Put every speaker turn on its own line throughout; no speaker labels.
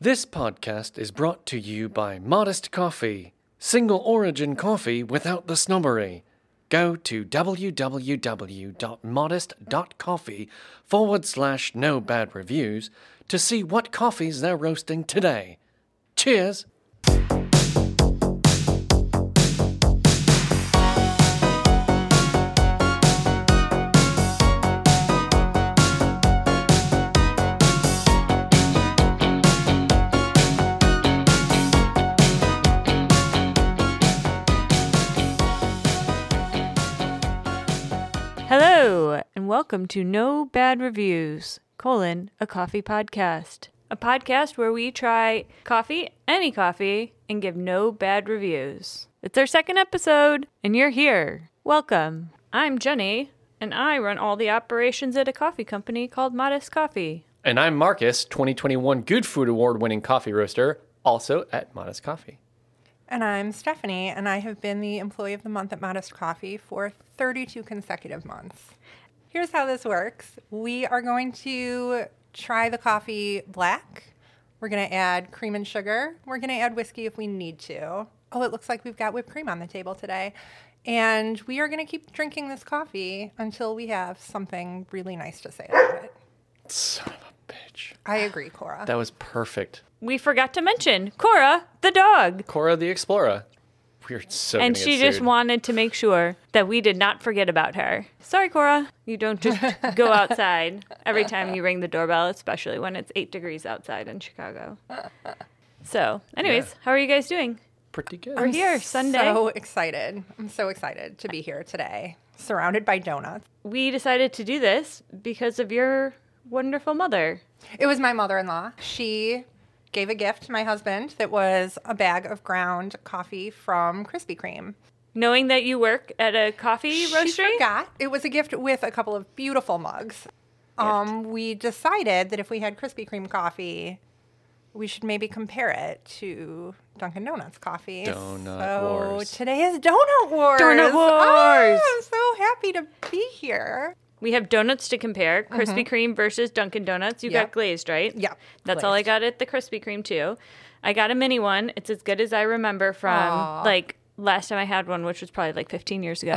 This podcast is brought to you by Modest Coffee, single origin coffee without the snobbery. Go to www.modest.coffee forward slash no bad reviews to see what coffees they're roasting today. Cheers!
Hello, and welcome to No Bad Reviews, colon, a coffee podcast. A podcast where we try coffee, any coffee, and give no bad reviews. It's our second episode, and you're here. Welcome. I'm Jenny, and I run all the operations at a coffee company called Modest Coffee.
And I'm Marcus, 2021 Good Food Award winning coffee roaster, also at Modest Coffee.
And I'm Stephanie, and I have been the Employee of the Month at Modest Coffee for 32 consecutive months. Here's how this works we are going to try the coffee black. We're going to add cream and sugar. We're going to add whiskey if we need to. Oh, it looks like we've got whipped cream on the table today. And we are going to keep drinking this coffee until we have something really nice to say about it.
Son of a bitch.
I agree, Cora.
That was perfect.
We forgot to mention Cora, the dog.
Cora the Explorer. We're so
And
gonna
she
get
just
sued.
wanted to make sure that we did not forget about her. Sorry, Cora. You don't just go outside every time you ring the doorbell, especially when it's eight degrees outside in Chicago. So, anyways,
Yeah.
how are you guys doing?
pretty good.
We're here Sunday.
So excited. I'm so excited to be here today, surrounded by donuts.
we decided to do this because of your wonderful mother.
It was my mother in law. She gave a gift to my husband that was a bag of ground coffee from Krispy Kreme.
Knowing that you work at a coffee
She
roastery,
forgot. It was a gift with a couple of beautiful mugs. Um, we decided that if we had Krispy Kreme coffee, we should maybe compare it to Dunkin' Donuts coffee.
Donut
so
Wars.
today is Donut Wars.
Donut
Ah,
Wars.
I'm so happy to be here.
we have donuts to compare Krispy Kreme versus Dunkin' Donuts. You got
Mm-hmm. Yep.
glazed, right?
Yep,
That's all I
glazed.
got at the Krispy Kreme, too. I got a mini one. It's as good as I remember from
Aw.
like last time I had one, which was probably like 15 years ago.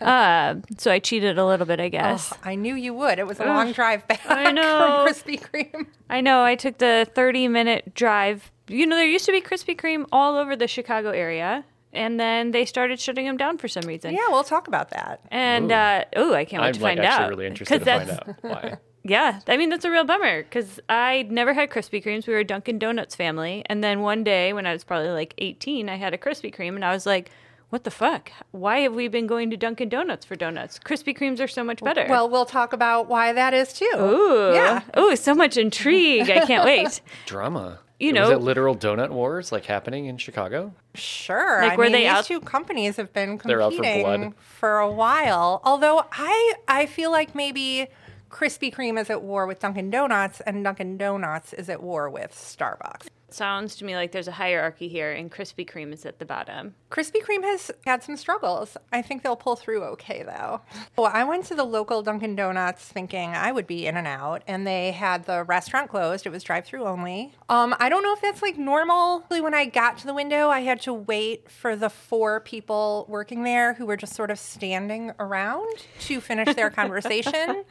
uh, so I cheated a little bit, I guess.
I knew you would. It was a long drive back
know.
from Krispy Kreme.
I know I took the 30 minute drive. You know, there used to be Krispy Kreme all over the Chicago area, and then they started shutting them down for some reason.
Yeah, we'll talk about that.
And uh, oh, I can't wait
I'm
to
like
find
actually
out.
really
'Cause
interested to find
that's-
out why.
Yeah, I mean that's a real bummer because I never had Krispy Kremes. We were a Dunkin' Donuts family, and then one day when I was probably like 18, I had a Krispy Kreme, and I was like, "What the fuck? Why have we been going to Dunkin' Donuts for donuts? Krispy Kremes are so much better."
Well, we'll talk about why that is too.
ooh,
Yeah.
ooh, so much intrigue. I can't wait.
Drama.
You
was
know-
it literal donut wars like happening in Chicago?
Sure.
Like,
I
were
mean,
they
these
out-
two companies have been
They're out for blood.
competing for a while. Although I I feel like maybe Krispy Kreme is at war with Dunkin' Donuts and Dunkin' Donuts is at war with Starbucks.
Sounds to me like there's a hierarchy here, and Krispy Kreme is at the bottom.
Krispy Kreme has had some struggles. I think they'll pull through okay, though. Well, I went to the local Dunkin' Donuts thinking I would be in and out, and they had the restaurant closed. It was drive-through only. Um, I don't know if that's like normal. When I got to the window, I had to wait for the four people working there who were just sort of standing around to finish their conversation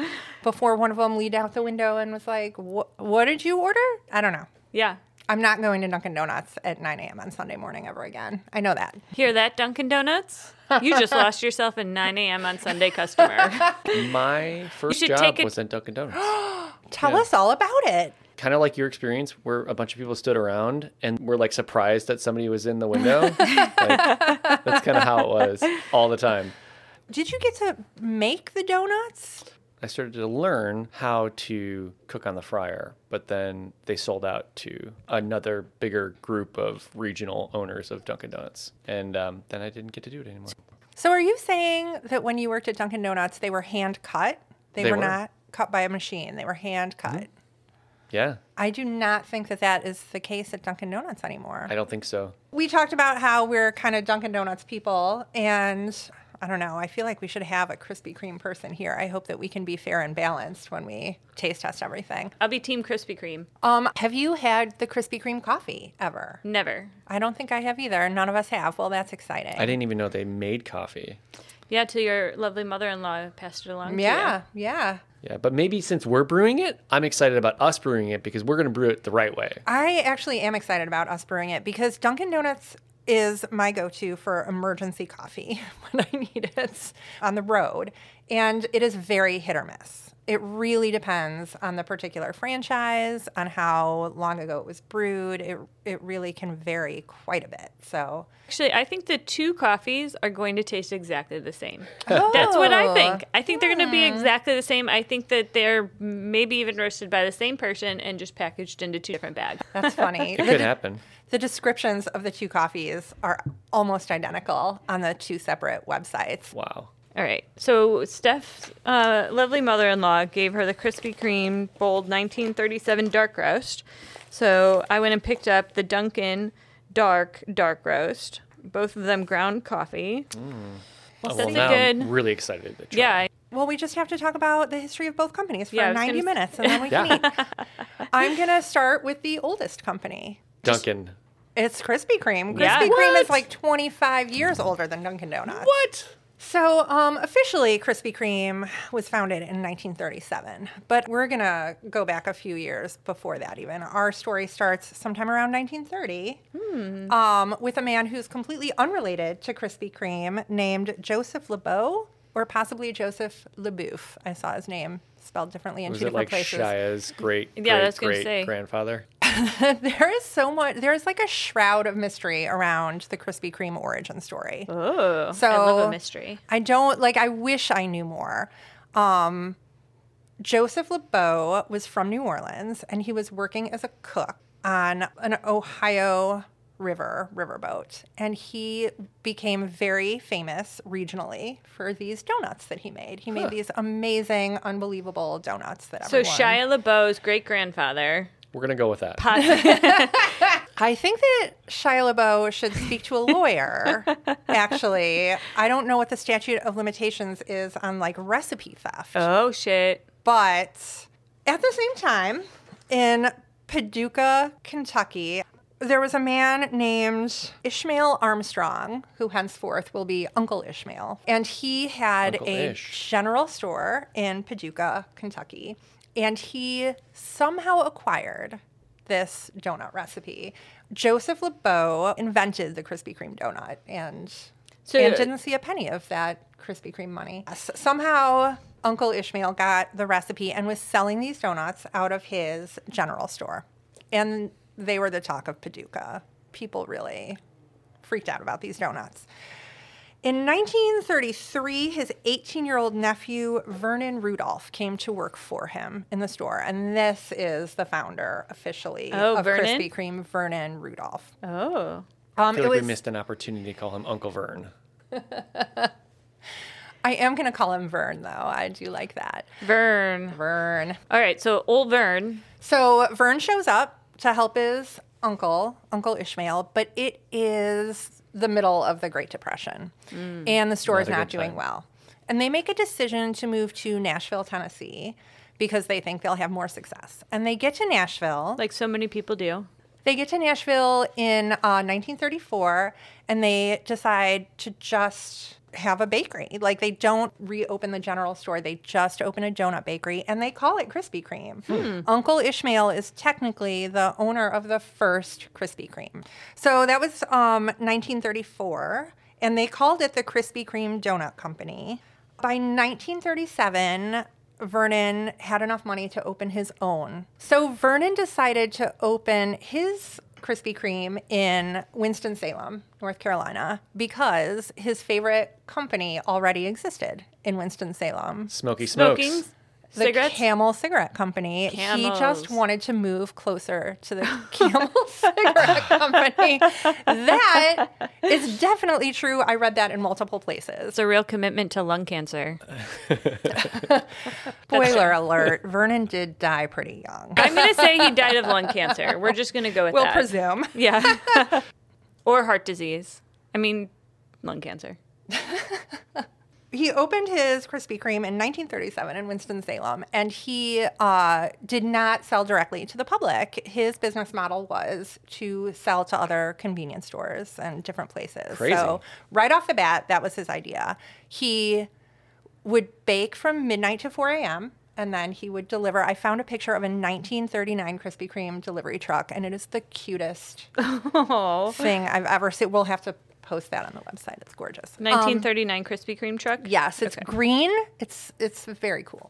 before one of them leaned out the window and was like, "Wh- "What did you order?" I don't know.
Yeah,
I'm not going to Dunkin' Donuts at 9 a.m. on Sunday morning ever again. I know that.
hear that, Dunkin' Donuts? You just lost yourself a 9 a.m. on Sunday customer.
My first
should
job
take a-
was at Dunkin' Donuts.
Tell
Yeah.
us all about it.
kind of like your experience where a bunch of people stood around and were like surprised that somebody was in the window. like, that's kind of how it was all the time.
Did you get to make the donuts?
I started to learn how to cook on the fryer, but then they sold out to another bigger group of regional owners of Dunkin' Donuts. And um, then I didn't get to do it anymore.
So are you saying that when you worked at Dunkin' Donuts, they were hand cut? They,
They
were,
were. Mm-hmm.
not cut by a machine. They were hand cut.
Yeah,
I do not think that that is the case at Dunkin' Donuts anymore.
I don't think so.
we talked about how we're kind of Dunkin' Donuts people, and I don't know. I feel like we should have a Krispy Kreme person here. I hope that we can be fair and balanced when we taste test everything.
I'll be Team Krispy Kreme.
Um, have you had the Krispy Kreme coffee ever?
Never.
I don't think I have either. None of us have. Well, that's exciting.
I didn't even know they made coffee.
Yeah, to your lovely mother-in-law passed it along. to
yeah,
you.
yeah.
Yeah, but maybe since we're brewing it, I'm excited about us brewing it because we're going to brew it the right way.
I actually am excited about us brewing it because Dunkin' Donuts is my go to for emergency coffee when I need it on the road. And it is very hit or miss. It really depends on the particular franchise, on how long ago it was brewed. It, it really can vary quite a bit. So
Actually, I think the two coffees are going to taste exactly the same. That's what
Oh.
I think. I think they're going to be exactly the same. I think that they're maybe even roasted by the same person and just packaged into two different bags.
Oh, That's funny.
It could happen.
The descriptions of the two coffees are almost identical on the two separate websites.
Wow.
All right. So Steph's uh, lovely mother-in-law gave her the Krispy Kreme Bold 1937 Dark Roast. So I went and picked up the Dunkin' Dark Dark Roast. Both of them ground coffee.
Oh,
that's
well,
a
now
good-
I'm really excited to try.
Yeah. I-
Well, we just have to talk about the history of both companies for
Yeah, I was
90
gonna-
minutes and then we can
Yeah.
eat. I'm going to start with the oldest company.
Duncan.
It's Krispy Kreme. Krispy
Yeah.
Kreme
What?
is like 25 years older than Dunkin' Donuts.
What?
So, um, officially, Krispy Kreme was founded in 1937, but we're going to go back a few years before that, even. Our story starts sometime around 1930
Hmm.
um, with a man who's completely unrelated to Krispy Kreme named Joseph LeBeau, or possibly Joseph LeBouf. I saw his name spelled differently in
Was
two
it
different
like
places.
Shia's great,
Yeah,
great,
that's gonna
great
say.
grandfather?
there is so much, there's like a shroud of mystery around the Krispy Kreme origin story.
oh,
So-
I love a mystery.
I don't like. I wish I knew more. Um, Joseph LeBeau was from New Orleans, and he was working as a cook on an Ohio River riverboat, and he became very famous regionally for these donuts that he made. He made these amazing, unbelievable donuts that
So
everyone.
Shia LaBeouf's great grandfather.
We're going to go with that.
I think that Shia LaBeouf should speak to a lawyer. actually, I don't know what the statute of limitations is on like recipe theft.
Oh shit.
But at the same time, in Paducah, Kentucky, there was a man named Ishmael Armstrong, who henceforth will be Uncle Ishmael. And he had
Uncle
a
Ish.
general store in Paducah, Kentucky. And he somehow acquired this donut recipe. Joseph LeBeau invented the Krispy Kreme donut and
So-
and didn't see a penny of that Krispy Kreme money. S- somehow, Uncle Ishmael got the recipe and was selling these donuts out of his general store. And they were the talk of Paducah. People really freaked out about these donuts. In 1933, his 18 year old nephew, Vernon Rudolph, came to work for him in the store. And this is the founder officially
Oh,
of
Vernon?
Krispy Kreme, Vernon Rudolph.
Oh.
I
Um,
feel
it
like
was,
we missed an opportunity to call him Uncle Vern.
I am going to call him Vern, though. I do like that.
Vern.
Vern.
All right, so old Vern.
So Vern shows up to help his uncle, Uncle Ishmael, but it is the middle of the Great Depression, and the store is
Not a
not
good
doing
time.
well. And they make a decision to move to Nashville, Tennessee, because they think they'll have more success. And they get to Nashville.
like so many people do.
They get to Nashville in uh, 1934 and they decide to just have a bakery. Like they don't reopen the general store, they just open a donut bakery and they call it Krispy Kreme. Uncle Ishmael is technically the owner of the first Krispy Kreme. So that was um, 1934 and they called it the Krispy Kreme Donut Company. By 1937, Vernon had enough money to open his own. So Vernon decided to open his Krispy Kreme in Winston-Salem, North Carolina, because his favorite company already existed in Winston-Salem.
Smoky Smokes.
Smoking
The
cigarettes.
Camel Cigarette Company. He
Camels.
just wanted to move closer to the Camel Cigarette Company. That is definitely true. I read that in multiple places.
it's a real commitment to lung cancer.
Spoiler alert, Vernon did die pretty young.
I'm gonna say he died of lung cancer. We're just gonna go with
We'll
that.
presume.
yeah. or heart disease. I mean, lung cancer.
He opened his Krispy Kreme in 1937 in Winston-Salem, and he uh, did not sell directly to the public. His business model was to sell to other convenience stores and different places.
Crazy.
So, right off the bat, that was his idea. He would bake from midnight to 4 a.m. And then he would deliver. I found a picture of a 1939 Krispy Kreme delivery truck, and it is the cutest
Oh.
thing I've ever seen. We'll have to post that on the website. It's gorgeous.
1939 Krispy Kreme truck?
Yes, it's green. It's it's very cool.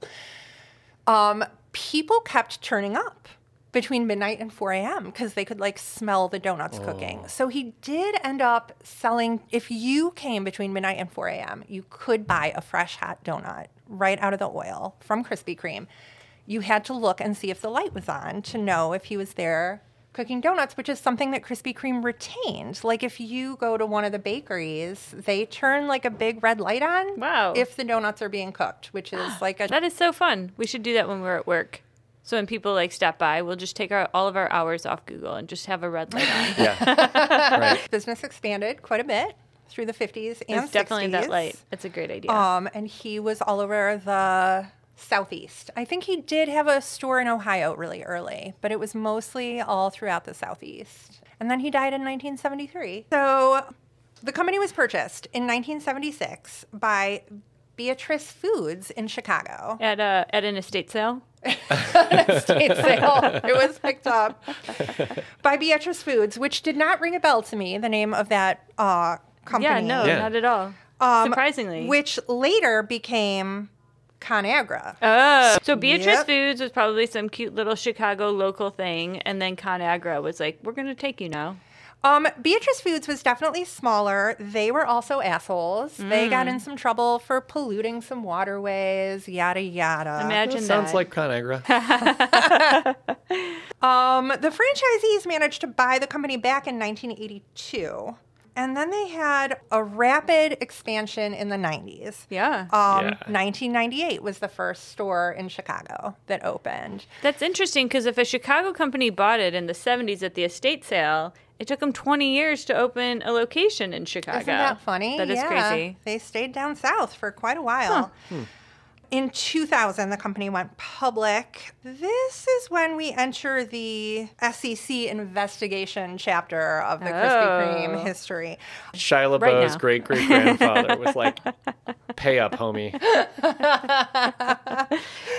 Um, people kept turning up between midnight and 4 a.m. because they could like smell the donuts cooking. So he did end up selling. If you came between midnight and 4 a.m., you could buy a fresh hot donut right out of the oil from Krispy Kreme. You had to look and see if the light was on to know if he was there cooking donuts, which is something that Krispy Kreme retained. Like if you go to one of the bakeries, they turn like a big red light on.
Wow.
If the donuts are being cooked, which is like a
That is so fun. We should do that when we're at work. So when people like stop by, we'll just take our all of our hours off Google and just have a red light on.
Yeah. right.
business expanded quite a bit through the 50s and
It's definitely
60s.
that light. It's a great idea.
Um, and he was all over the southeast. I think he did have a store in Ohio really early, but it was mostly all throughout the southeast. And then he died in 1973. So the company was purchased in 1976 by Beatrice Foods in Chicago.
at a at an estate sale.
State sale. It was picked up by Beatrice Foods, which did not ring a bell to me, the name of that uh, company.
Yeah, no,
Yeah.
not at all.
Um,
Surprisingly.
Which later became ConAgra.
Oh, so Beatrice
Yep.
Foods was probably some cute little Chicago local thing, and then ConAgra was like, "We're going to take you now."
Um, Beatrice Foods was definitely smaller. They were also assholes. They
Mm.
got in some trouble for polluting some waterways, yada yada.
That
Imagine that.
sounds like ConAgra.
Um, the franchisees managed to buy the company back in 1982, and then they had a rapid expansion in the 90s.
yeah,
Um,
Yeah.
1998 was the first store in Chicago that opened.
that's interesting because if a Chicago company bought it in the '70s at the estate sale, it took them 20 years to open a location in Chicago.
Isn't that funny?
That is
Yeah.
crazy.
They stayed down south for quite a while.
Hmm.
In 2000, the company went public. This is when we enter the SEC investigation chapter of the Krispy
Oh.
Kreme history.
Shia
Right
LaBeouf's
now.
great great grandfather was like, "Pay up, homie."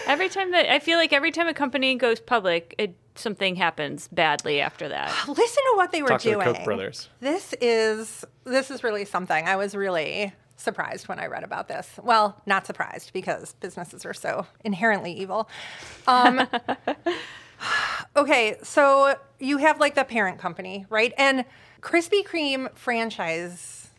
Every time that I feel like every time a company goes public, it something happens badly after that.
Listen to what they were
Talk to the
doing.
Koch brothers.
This is this is really something. I was really surprised when I read about this. Well, not surprised because businesses are so inherently evil. Um, okay, so you have like the parent company, right? And Krispy Kreme franchise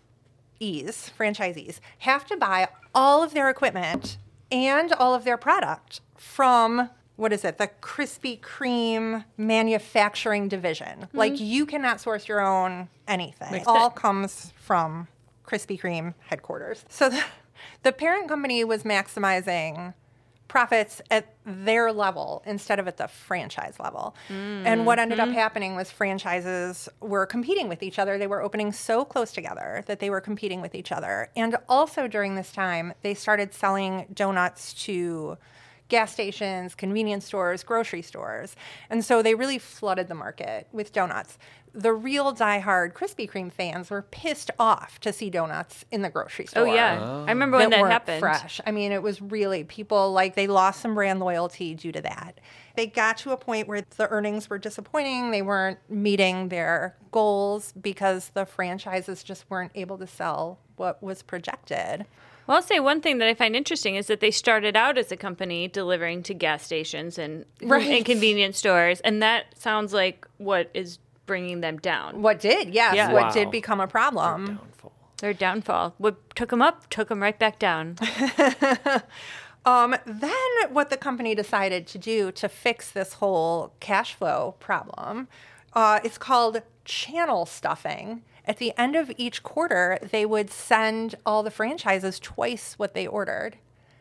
ees, franchisees have to buy all of their equipment and all of their product from what is it, the Krispy Kreme manufacturing division. Like you cannot source your own anything. all comes from Krispy Kreme headquarters. So the, the parent company was maximizing profits at their level instead of at the franchise level. And what ended
Mm-hmm.
up happening was franchises were competing with each other. They were opening so close together that they were competing with each other. And also during this time, they started selling donuts to gas stations, convenience stores, grocery stores. And so they really flooded the market with donuts. The real diehard Krispy Kreme fans were pissed off to see donuts in the grocery
Oh
store
yeah, I remember when that
weren't
happened.
Fresh. I mean, it was really people like they lost some brand loyalty due to that. They got to a point where the earnings were disappointing. They weren't meeting their goals because the franchises just weren't able to sell what was projected.
Well, I'll say one thing that I find interesting is that they started out as a company delivering to gas stations and,
Right.
and convenience stores, and that sounds like what is bringing them down.
What did? Yes,
Yeah.
what
Wow.
did become a problem?
Downfall.
Their downfall. What took them up took them right back down.
Um, then what the company decided to do to fix this whole cash flow problem uh, is called channel stuffing. At the end of each quarter, they would send all the franchises twice what they ordered,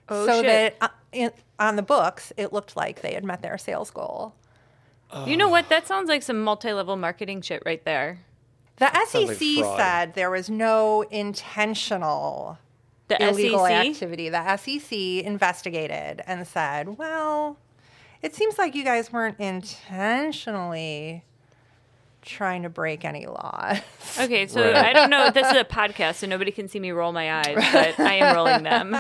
Oh,
so
shit.
that uh, in, on the books it looked like they had met their sales goal.
You know what? That sounds like some multi level marketing shit right there.
The
sounds like
SEC
fraud.
said there was no intentional
The E
illegal
SEC.
activity. The SEC investigated and said, well, it seems like you guys weren't intentionally trying to break any laws.
Okay, so
Right.
I don't know. This is a podcast, so nobody can see me roll my eyes, but I am rolling them.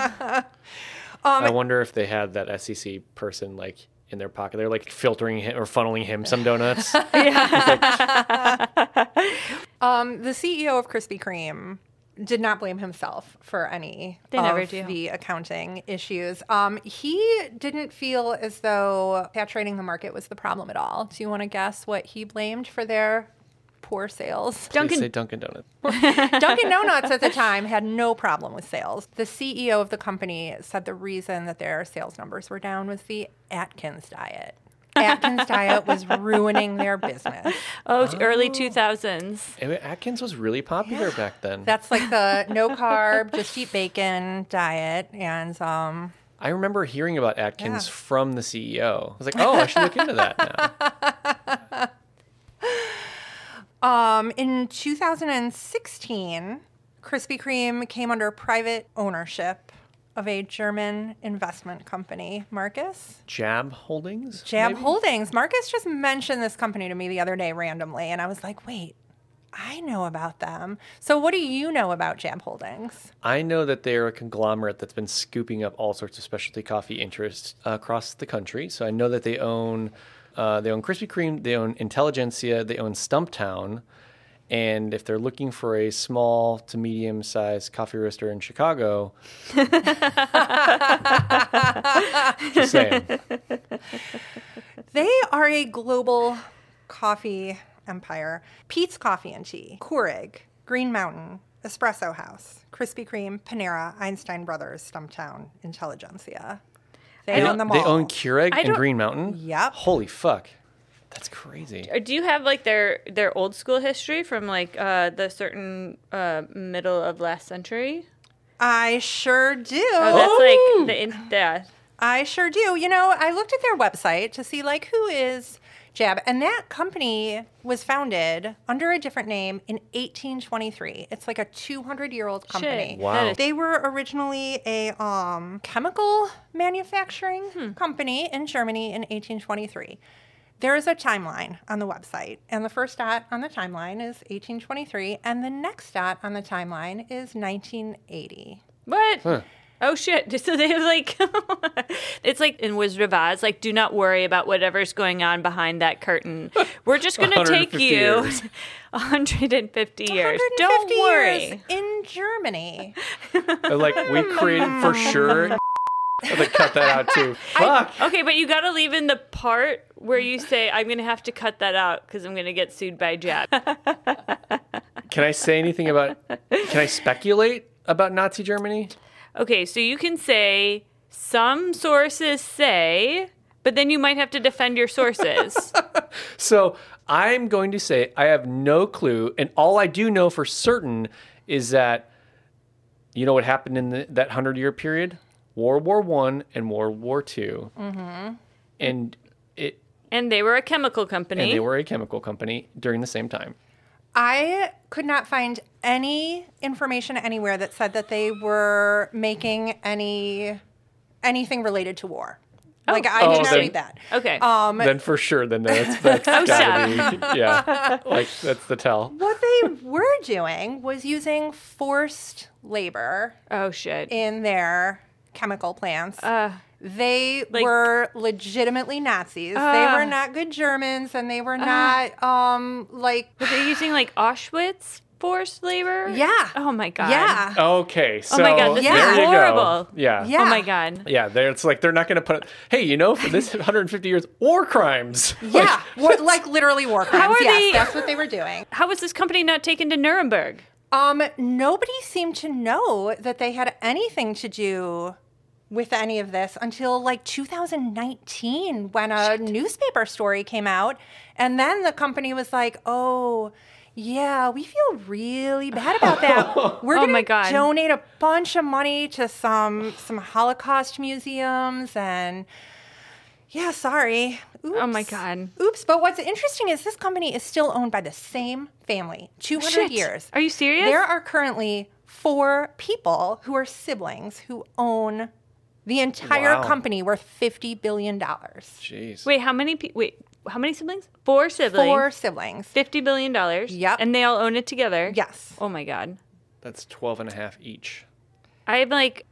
I wonder if they had that SEC person like in their pocket. They're like filtering him or funneling him some donuts.
Um, the CEO of Krispy Kreme did not blame himself for any
They
of
never do.
the accounting issues. Um, he didn't feel as though saturating the market was the problem at all. Do you want to guess what he blamed for their poor sales?
Dunkin- say
Duncan,
Dunkin' Donut.
Dunkin' Donuts at the time had no problem with sales. The CEO of the company said the reason that their sales numbers were down was the Atkins diet. Atkins diet was ruining their business.
oh, it's early 2000s.
And Atkins was really popular back then.
That's like the no carb, just eat bacon diet. And um,
I remember hearing about Atkins
Yeah.
from the CEO. I was like, oh, I should look into that now.
um, in 2016, Krispy Kreme came under private ownership of a German investment company, Marcus.
Jab Holdings?
Jab
maybe?
Holdings. Marcus just mentioned this company to me the other day randomly. And I was like, wait, I know about them. So what do you know about Jab Holdings?
I know that they're a conglomerate that's been scooping up all sorts of specialty coffee interests uh, across the country. So I know that they own uh, they own Krispy Kreme, they own Intelligentsia, they own Stumptown, and if they're looking for a small to medium sized coffee roaster in Chicago, just saying.
They are a global coffee empire. Pete's Coffee and Tea, Keurig, Green Mountain, Espresso House, Krispy Kreme, Panera, Einstein Brothers, Stumptown, Intelligentsia. They
I
They,
don't-
own them all.
they own Keurig
I
and
don't-
Green Mountain.
Yep.
Holy fuck, that's crazy.
Or do you have like their their old school history from like uh, the certain uh, middle of last century?
I sure do.
Oh, that's like the in- yeah.
I sure do. You know, I looked at their website to see like who is Jab, and that company was founded under a different name in 1823. It's like a 200-year-old company.
Shit.
Wow.
That is-
They were originally a um, chemical manufacturing
Hmm.
company in Germany in 1823. There is a timeline on the website, and the first dot on the timeline is 1823, and the next dot on the timeline is 1980.
What? Oh shit! So they have like, it's like in Wizard of Oz. Like, do not worry about whatever's going on behind that curtain. We're just going to take
150
you
years.
150 years.
150
Don't worry.
years in Germany.
They're like we created for sure. they cut that out too. Fuck.
Okay, but you got to leave in the part where you say, "I'm going to have to cut that out because I'm going to get sued by Jab."
Can I say anything about? Can I speculate about Nazi Germany?
Okay, so you can say some sources say, but then you might have to defend your sources.
So I'm going to say I have no clue, and all I do know for certain is that you know what happened in the, that hundred-year period: World War One and World War 2
Mm-hmm.
and it
and they were a chemical company.
and they were a chemical company during the same time.
I could not find any information anywhere that said that they were making any anything related to war. like I
Oh,
did not
then-
read that.
Okay.
Um,
then for sure, then that's, that's
Oh,
gotta be yeah, like that's the tell.
what they were doing was using forced labor
oh shit.
in their chemical plants.
Uh,
they
like-
were legitimately Nazis.
Ah.
they were not good Germans, and they were not um like
were they using like Auschwitz forced labor?
Yeah.
Oh my god.
yeah.
Okay, so
Oh my God, this
is
there you
horrible.
Go. Yeah,
Yeah.
Oh my god.
Yeah, they're, it's like they're not going to put. Hey, you know, for this 150 years, war crimes.
Yeah, war, like literally war crimes.
are
yes,
they-
that's what they were doing.
How was this company not taken to Nuremberg?
Um, nobody seemed to know that they had anything to do with any of this until like 2019 when a newspaper story came out, and then the company was like, "Oh." Yeah, we feel really bad about that. We're
Oh
gonna
my God.
donate a bunch of money to some some Holocaust museums and Yeah, sorry. Oops.
Oh my god.
Oops, but what's interesting is this company is still owned by the same family, 200
Shit.
years.
Are you serious?
There are currently four people who are siblings who own the entire
Wow.
company worth $50 billion.
Jeez.
wait, how many pe- wait, how many siblings? Four siblings.
Four siblings.
50 billion dollars.
Yep.
And they all own it together.
Yes.
Oh my god.
That's 12 and a half each.
I'm like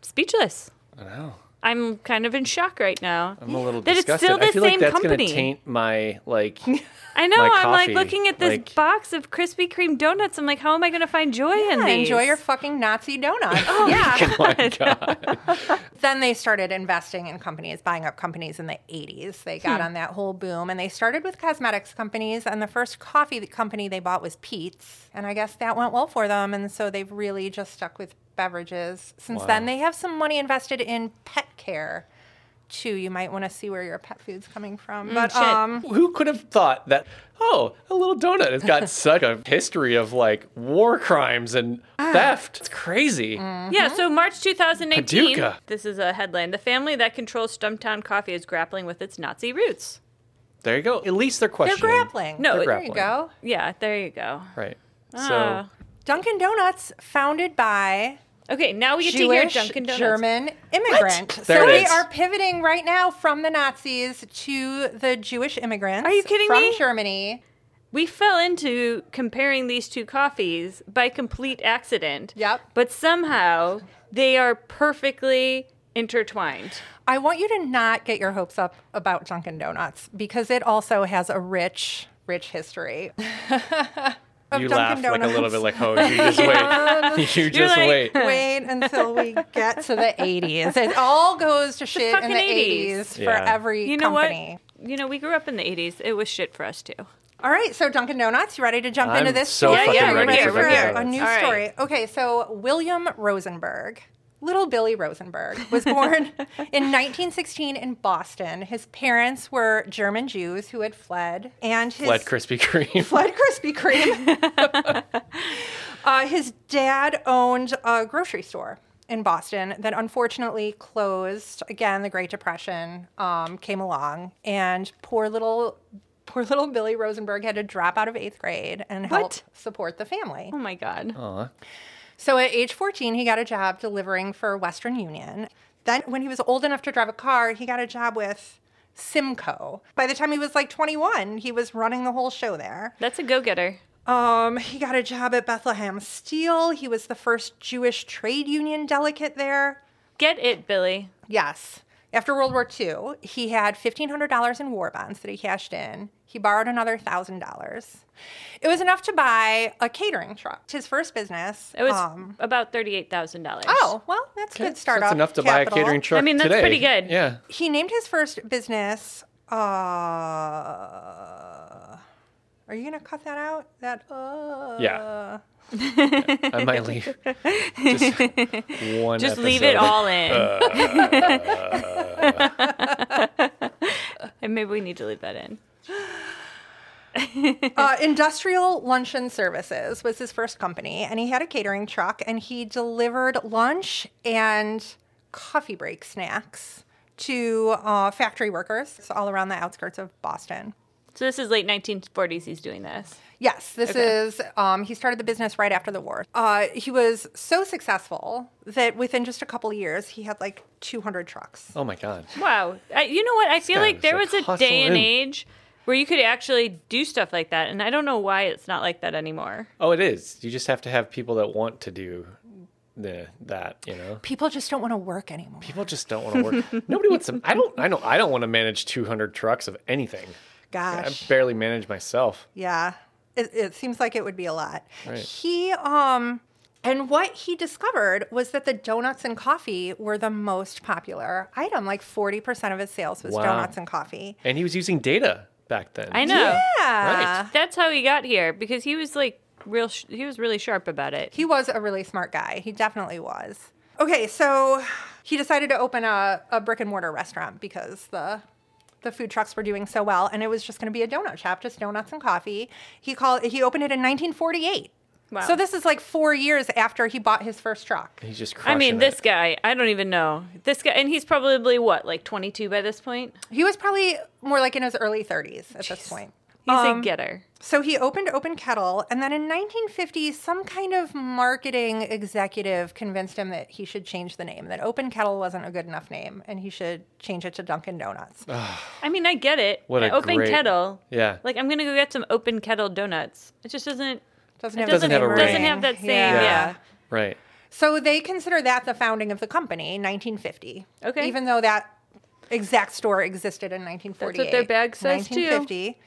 speechless.
I know.
I'm kind of in shock right now.
I'm a little
That it's
disgusted.
still the
I feel
same
like that's
company.
to taint my like
I know.
my
I'm like
coffee,
looking at this
like-
box of Krispy Kreme donuts. I'm like, how am I going to find joy in
Yeah,
these?
enjoy your fucking Nazi donuts. yeah.
oh my god.
Then they started investing in companies, buying up companies in the 80s. They got
Hmm.
on that whole boom and they started with cosmetics companies. And the first coffee company they bought was Pete's. And I guess that went well for them. And so they've really just stuck with beverages. Since then,
Wow.
they have some money invested in pet care too. You might want to see where your pet food's coming from. but
Mm, shit.
um,
Who could have thought that oh, a little donut has got such a history of like war crimes and
Ah.
theft. It's crazy.
Yeah,
Mm-hmm.
so March 2018.
Paducah.
This is a headline. The family that controls Stumptown Coffee is grappling with its Nazi roots.
There you go. At least they're
they're
questioning.
grappling.
No,
there
They're
you
grappling.
go.
Yeah, there you go.
Right. So
Ah.
Dunkin' Donuts, founded by
Okay, now we get to hear
Jewish
Dunkin' Donuts.
German immigrant.
There
so
it
we
is.
are pivoting right now from the Nazis to the Jewish immigrants.
Are you kidding
from
me?
Germany.
We fell into comparing these two coffees by complete accident.
Yep.
But somehow they are perfectly intertwined.
I want you to not get your hopes up about Dunkin' Donuts because it also has a rich, rich history. Of
you
Dunkin'
laugh like a little
Donuts.
bit like, oh, you just wait. you just
like-
wait.
Wait until we get to the 80s. It all goes to shit in
fucking
the 80s,
80s.
for
Yeah.
every
You know
company.
what? You know, we grew up in the 80s. It was shit for us too.
All right, so Dunkin' Donuts, you ready to jump
I'm
into this
so
story?
fucking Yeah, yeah, ready
ready
for Dunkin'
a
Donuts.
new
All right.
story. Okay, so William Rosenberg, little Billy Rosenberg, was born in 1916 in Boston. His parents were German Jews who had fled, and his
Fled Krispy Kreme.
fled Krispy Kreme. uh, his dad owned a grocery store in Boston that unfortunately closed. Again, the Great Depression um, came along, and poor little. Poor little Billy Rosenberg had to drop out of eighth grade and help
What?
support the family.
Oh my God.
Aw.
So at age 14, he got a job delivering for Western Union. Then, when he was old enough to drive a car, he got a job with Simco. By the time he was like 21, he was running the whole show there.
That's a go getter.
Um, he got a job at Bethlehem Steel. He was the first Jewish trade union delegate there.
Get it, Billy.
Yes. After World War II, he had $1,500 in war bonds that he cashed in. He borrowed another $1,000. It was enough to buy a catering truck. His first business.
It was
um,
about thirty-eight thousand dollars.
oh, well, that's a good start
That's
off
enough to buy a
capital.
catering truck.
I mean, that's
today.
pretty good.
Yeah.
He named his first business. Uh, are you going to cut that out? That, uh,
Yeah. I might leave just one.
just leave it
episode.
all in. and maybe we need to leave that in.
uh, Industrial Luncheon Services was his first company, and he had a catering truck, and he delivered lunch and coffee break snacks to uh, factory workers all around the outskirts of Boston.
So this is late 1940s. He's doing this.
Yes, this is. Um, he started the business right after the war. Uh, he was so successful that within just a couple of years, he had like 200 trucks.
Oh my god.
Wow. I, you know what? I feel
guy
like
was,
there
like,
was a day and
hustling.
age where you could actually do stuff like that, and I don't know why it's not like that anymore.
Oh, it is. You just have to have people that want to do the, that. You know,
People just don't want to work anymore.
people just don't want to work. Nobody wants to. I don't. I know. I don't want to manage 200 trucks of anything. I
Gosh.
barely manage myself.
Yeah. It, it seems like it would be a lot.
Right.
He um and what he discovered was that the donuts and coffee were the most popular item. Like 40% of his sales was
Wow.
donuts and coffee.
And he was using data back then.
I know.
Yeah.
Right.
That's how he got here because he was like real. Sh- he was really sharp about it.
He was a really smart guy. He definitely was. Okay, so he decided to open a, a brick and mortar restaurant because the the food trucks were doing so well and it was just going to be a donut shop, just donuts and coffee. He called he opened it in 1948.
Wow.
So this is like four years after he bought his first truck.
He's just
I
crushing
mean,
it.
this guy, I don't even know. This guy, and he's probably what, like 22 by this point?
He was probably more like in his early 30s at this
Jeez.
point.
He's a
Um,
getter.
So he opened Open Kettle, and then in 1950, some kind of marketing executive convinced him that he should change the name, that Open Kettle wasn't a good enough name, and he should change it to Dunkin' Donuts.
I mean, I get it.
What a
open
great-
kettle.
Yeah.
Like, I'm going to go get some open kettle donuts. It just doesn't,
Doesn't,
it
the
doesn't,
have a
same
ring.
doesn't have that same, yeah.
right.
So they consider that the founding of the company, 1950.
Okay.
Even though that exact store existed in 1948.
their bag says, too.
1950.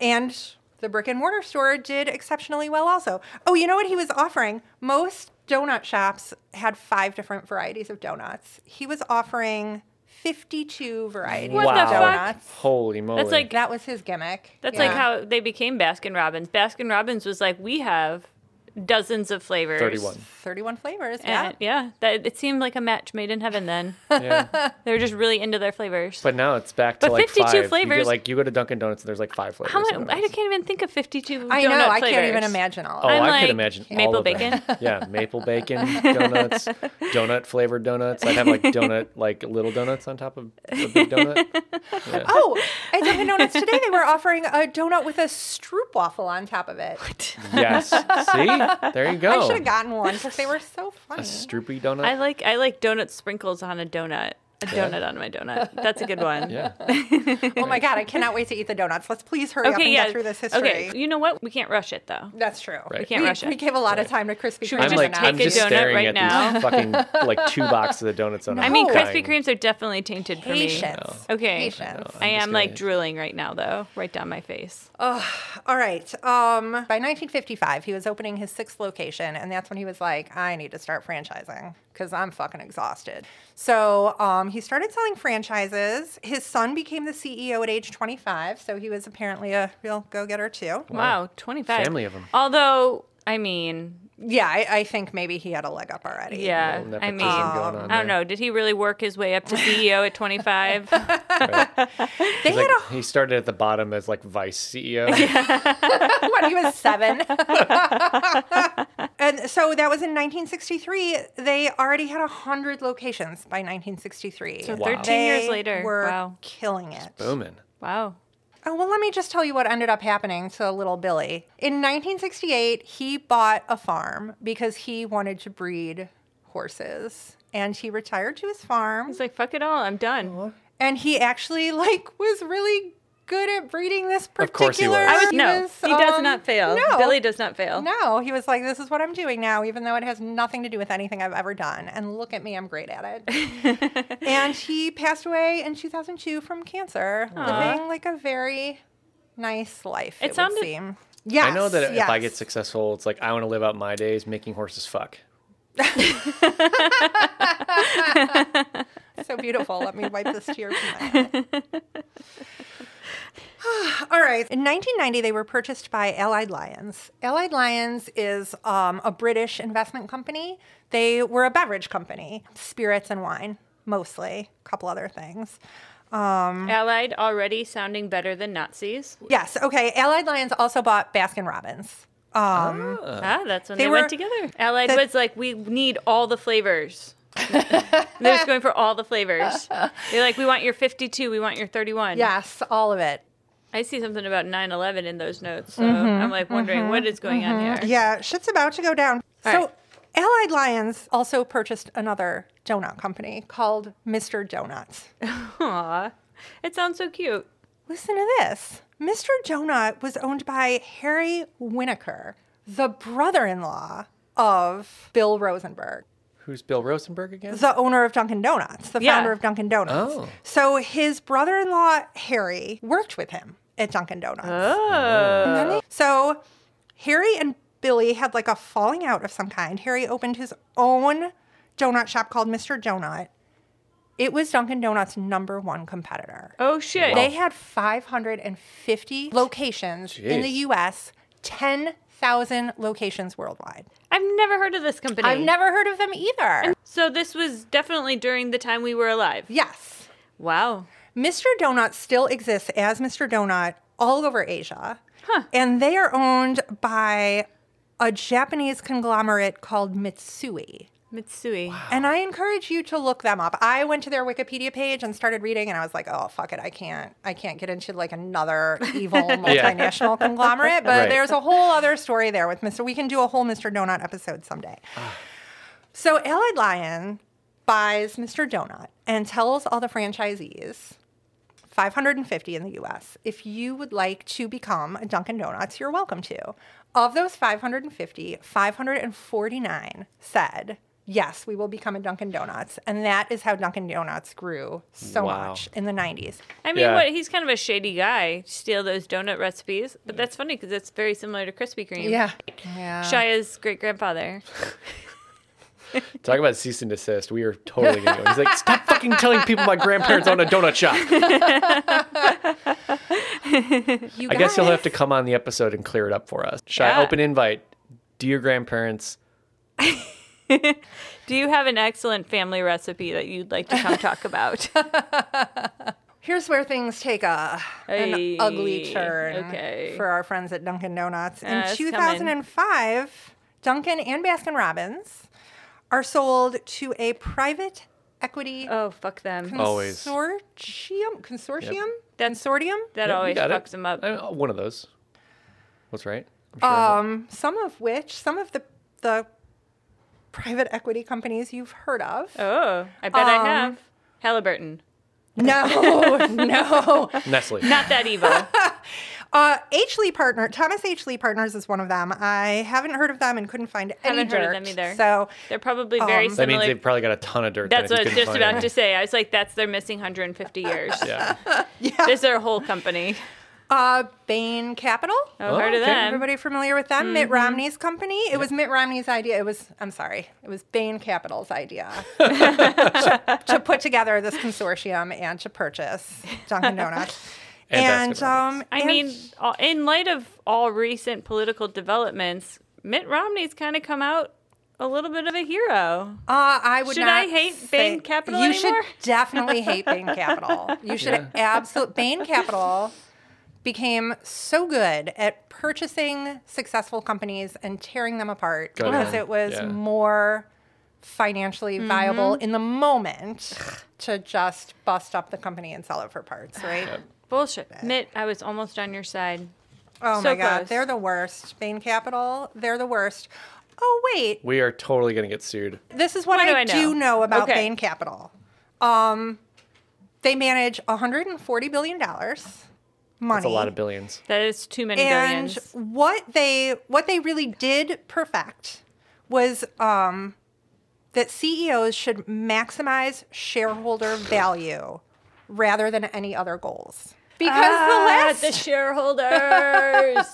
And the brick and mortar store did exceptionally well also. Oh, you know what he was offering? Most donut shops had five different varieties of donuts. He was offering 52 varieties
What
of
the fuck?
donuts.
Holy moly.
like-
That was his gimmick.
That's
Yeah.
like how they became Baskin Robbins. Baskin Robbins was like, we have dozens of flavors.
31.
31 flavors. Yeah.
And yeah, that, it seemed like a match made in heaven then.
Yeah.
they were just really into their flavors.
But now it's back to
But
like
52
five. You get,
flavors-
like you go to Dunkin' Donuts and there's like five flavors.
How
of
many? I
donuts.
can't even think of 52
I know.
donut
I can't even
flavors.
imagine all of
Oh,
I'm
i
like,
could imagine all
maple
of them.
bacon.
Yeah, maple bacon donuts, donut flavored donuts. I'd have like donut, like little donuts on top of a big donut. Yeah.
Oh, at Dunkin' Donuts today, they were offering a donut with a stroop waffle on top of it.
Yes. See, there you
Oh.
I
go.
should have gotten one because they were so
a
funny. Oh
stroopy donut.
I like I like donut sprinkles on a donut. A donut on my donut. That's a good one.
yeah.
oh my god, I cannot wait to eat the donuts. Let's please hurry up
Okay,
and
yeah.
get through this history.
Okay, you know what? We can't rush it though.
That's true.
Right.
can't
we,
rush it.
we gave a lot of time to Krispy
Should
Kreme.
we
I'm like,
just
donuts.
I'm
take a
just
donut
staring
right
at
now?
these fucking like two boxes of donuts on.
I mean,
Oh.
Krispy Kremes are definitely tainted for me.
patience.
Okay.
Patience.
I
I'm just
am like
gonna-
drooling right now though, right down my face.
Oh,
All right. Um, by 1955, he was opening his sixth location, and that's when he was like, I need to start franchising because I'm fucking exhausted. So um, he started selling franchises. His son became the CEO at age 25, so he was apparently a real go getter too.
Wow, 25.
Family of 'em.
Although, I mean,
Yeah, I, I think maybe he had a leg up already.
yeah,
Little
I
nepotism
mean,
going on
I don't
there.
know. Did he really work his way up to CEO at 25? I
They
He's like-
had a
he started at the bottom as like vice E CEO.
when he was seven. and so that was in 1963. They already had 100 locations by 1963. So
Wow.
13 years later.
were
Wow.
killing it.
Booming.
Wow.
Oh, well, let me just tell you what ended up happening to little Billy. In 1968, he bought a farm because he wanted to breed horses. And he retired to his farm.
He's like, fuck it all. I'm done.
And he actually, like, was really good at breeding this particular...
Of course he was.
I was,
he
no,
was,
he does
um,
not fail.
No.
Billy does not fail.
No, he was like, this is what I'm doing now, even though it has nothing to do with anything I've ever done. And look at me, I'm great at it. and he passed away in 2002 from cancer, living like a very nice life. It,
It sounded-
would seem. Yes,
I know that if I
yes.
get successful, it's like I want to live out my days making horses fuck.
so beautiful. Let me wipe this tear from my eye. All right. In 1990, they were purchased by Allied Lions. Allied Lions is um, a British investment company. They were a beverage company, spirits and wine mostly, a couple other things.
Allied already sounding better than Nazis.
Yes. Okay. Allied Lions also bought Baskin Robbins. Um,
Ah, that's when
They
they,
were-
went together. Allied
the-
was like, we need all the flavors. They're just going for all the flavors. They're like, we want your 52, we want your 31.
Yes, all of it.
I see something about 9 11 in those notes. So I'm like wondering what is going on here.
Yeah, shit's about to go down.
All
so,
right.
Allied Lions also purchased another donut company called Mr. Donuts.
Aw, it sounds so cute.
Listen to this. Mr. Donut was owned by Harry Winokur, the brother in law of Bill Rosenberg,
Who's Bill Rosenberg again?
the owner of Dunkin' Donuts, the
Yeah.
founder of Dunkin' Donuts.
Oh.
So his brother in law, Harry, worked with him at Dunkin' Donuts.
Oh.
And then they- So Harry and Billy had like a falling out of some kind. Harry opened his own donut shop called Mr. Donut. It was Dunkin' Donuts' number one competitor.
Oh, shit.
They had 550 locations in
Jeez.
the US, 10,000 locations worldwide.
I've never heard of this company.
I've never heard of them either.
So this was definitely during the time we were alive.
Yes.
Wow.
Mr. Donut still exists as Mr. Donut all over Asia. And they are owned by a Japanese conglomerate called Mitsui.
Mitsui.
And I encourage you to look them up. I went to their Wikipedia page and started reading, and I was like, "Oh fuck it, I can't, I can't get into like another evil multinational conglomerate." But
Right.
there's a whole other story there with Mr. We can do a whole Mr. Donut episode someday. so Allied Lion buys Mr. Donut and tells all the franchisees, 550 in the U.S. If you would like to become a Dunkin' Donuts, you're welcome to. Of those 550, 549 said. Yes, we will become a Dunkin' Donuts. And that is how Dunkin' Donuts grew so
Wow.
much in the 90s.
I mean,
Yeah.
what he's kind of a shady guy. Steal those donut recipes, but that's funny because it's very similar to Krispy Kreme.
Yeah.
Shia's great grandfather.
Talk about cease and desist. We are totally going to go. He's like, stop fucking telling people my grandparents own a donut shop.
You
I guess you'll have
guys-
to come on the episode and clear it up for us. Shy,
Yeah.
open invite. Dear grandparents,
Do you have an excellent family recipe that you'd like to come talk about?
Here's where things take a an
Hey,
ugly turn
okay.
for our friends at Dunkin' Donuts. In
Uh, it's coming.
2005, Dunkin' and Baskin Robbins are sold to a private equity
oh, fuck them.
Always.
consortium. Consortium.
That's-
Consortium.
That
you
always
got it. Oh.
fucks them up.
I- one of those. What's right? I'm sure of it.
Um, some of which, some of the the private equity companies you've heard of.
Oh, I bet I
Um,
have. Halliburton.
No, no.
Nestle.
Not that evil.
Uh, H Lee Partner, Thomas H Lee Partners is one of them. I haven't heard of them and couldn't find any
Haven't heard of them
dirt.
either.
So
They're probably very
Um,
that means
similar.
they've probably got a ton of dirt.
that's
that
what
he
I was
couldn't
just
find.
about to say. I was like, that's their missing 150 years.
Yeah.
yeah,
This is their whole company.
uh, Bain Capital.
Oh,
Oh,
heard of
okay.
them.
Everybody familiar with them?
Mm-hmm.
Mitt Romney's company. It was Mitt Romney's idea. It was, I'm sorry, it was Bain Capital's idea to, to put together this consortium and to purchase Dunkin' Donuts.
And Baskin Robbins.
um,
I
and-
mean, all- in light of all recent political developments, Mitt Romney's kind of come out a little bit of a hero.
Uh, I would
Should
not
I hate
say-
Bain Capital
You
anymore?
should definitely hate Bain Capital. You should absolutely. Bain Capital became so good at purchasing successful companies and tearing them apart
Go
because
down.
it was
Yeah.
more financially
Mm-hmm.
viable in the moment to just bust up the company and sell it for parts, right?
Bullshit. Mitt, I was almost on your side.
Oh
So
my God,
close.
they're the worst. Bain Capital, they're the worst. Oh wait,
We are totally going to get sued.
This is what,
What do
I,
I know?
do know about
Okay.
Bain Capital. Um, they manage 140 billion dollars money.
That's a lot of billions.
That is too many
and
billions.
what they what they really did perfect was um, that CEOs should maximize shareholder value rather than any other goals. Because the last
the shareholders.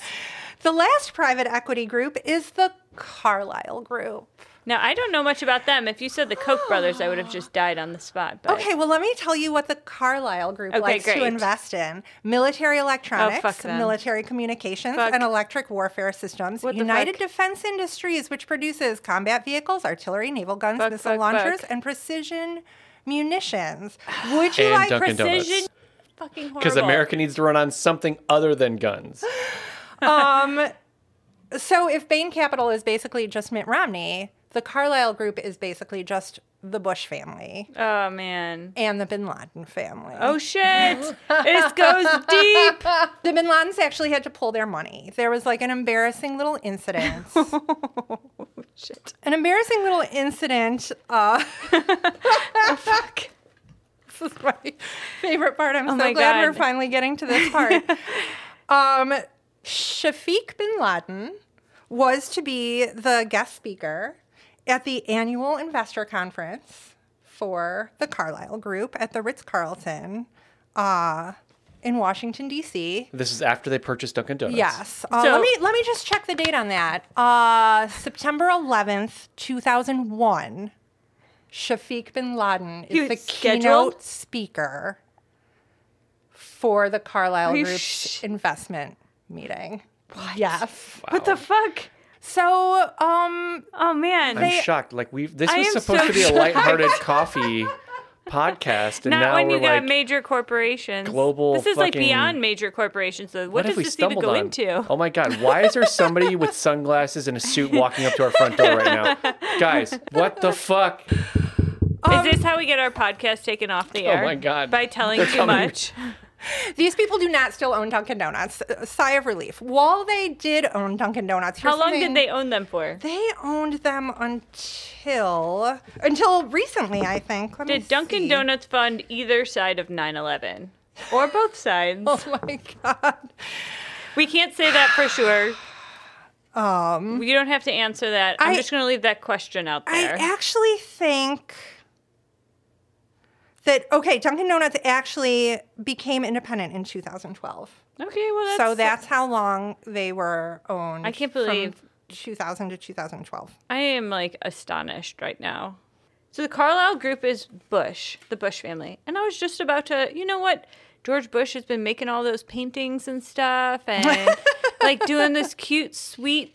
the last private equity group is the Carlyle Group.
now, I don't know much about them. If you said the Koch brothers, I would have just died on the spot. But
Okay, well, let me tell you what the Carlyle Group
Okay,
likes to
great. Oh,
invest in military
fuck
electronics,
them.
military communications,
Fuck.
and electric warfare systems.
What the
United
fuck?
Defense Industries, which produces combat vehicles, artillery, naval guns,
Fuck,
missile
fuck,
launchers,
fuck.
and precision munitions. Would you
And
like
Dunkin'
precision?
Donuts.
Precision. Fucking horrible.
Because America needs to run on something other than guns.
So if Bain Capital is basically just Mitt Romney, the Carlyle Group is basically just the Bush family
Oh, man.
and the Bin Laden family.
Oh, shit. this goes deep.
The Bin Ladens actually had to pull their money. There was like an embarrassing little incident.
Shit.
an embarrassing little incident. Uh, fuck. This is my favorite part. I'm so
Oh my
glad
God.
we're finally getting to this part. um, Shafiq Bin Laden was to be the guest speaker at the annual investor conference for the Carlyle Group at the Ritz Carlton uh, in Washington, D.C.
This is after they purchased Dunkin' Donuts.
Yes. Uh,
So-
let me let me just check the date on that. Uh, September 11th, 2001. Shafiq bin Laden
He
is the
was scheduled?
keynote speaker for the Carlisle
Are you
Group's
sh-
investment meeting. Yes.
What the fuck?
So, um,
Oh, man.
I'm shocked. Like we, have this
I
was
am
supposed
so
to be a
shocked.
lighthearted coffee podcast, and
Not
now
when
we're
you got
like,
major corporations.
global
This is like
fucking-
beyond major corporations. Though. What,
what
does
have we
this even
stumbled
go
on?
into?
Oh my God! Why is there somebody with sunglasses and a suit walking up to our front door right now, guys? What the fuck?
Um,
is this how we get our podcast taken off the
Oh
air?
my God.
By telling
They're
too
coming.
much.
These people do not still own Dunkin' Donuts. A Sigh of relief. While they did own Dunkin' Donuts, here's
How long
something-
did they own them for?
They owned them until until recently, I think. Let me
Did Dunkin'
see.
Donuts fund either side of 9/11 or both sides?
Oh my god.
We can't say that for sure. Um, you don't have to answer that. I'm
I-
just going to leave that question out there.
I actually think that okay, Dunkin' Donuts actually became independent in 2012.
okay, well that's
so that's how long they were owned.
I can't
from
believe-
2000 to 2012.
I am like astonished right now. So the Carlisle group is Bush, the Bush family. And I was just about to, you know what? George Bush has been making all those paintings and stuff and like doing this cute, sweet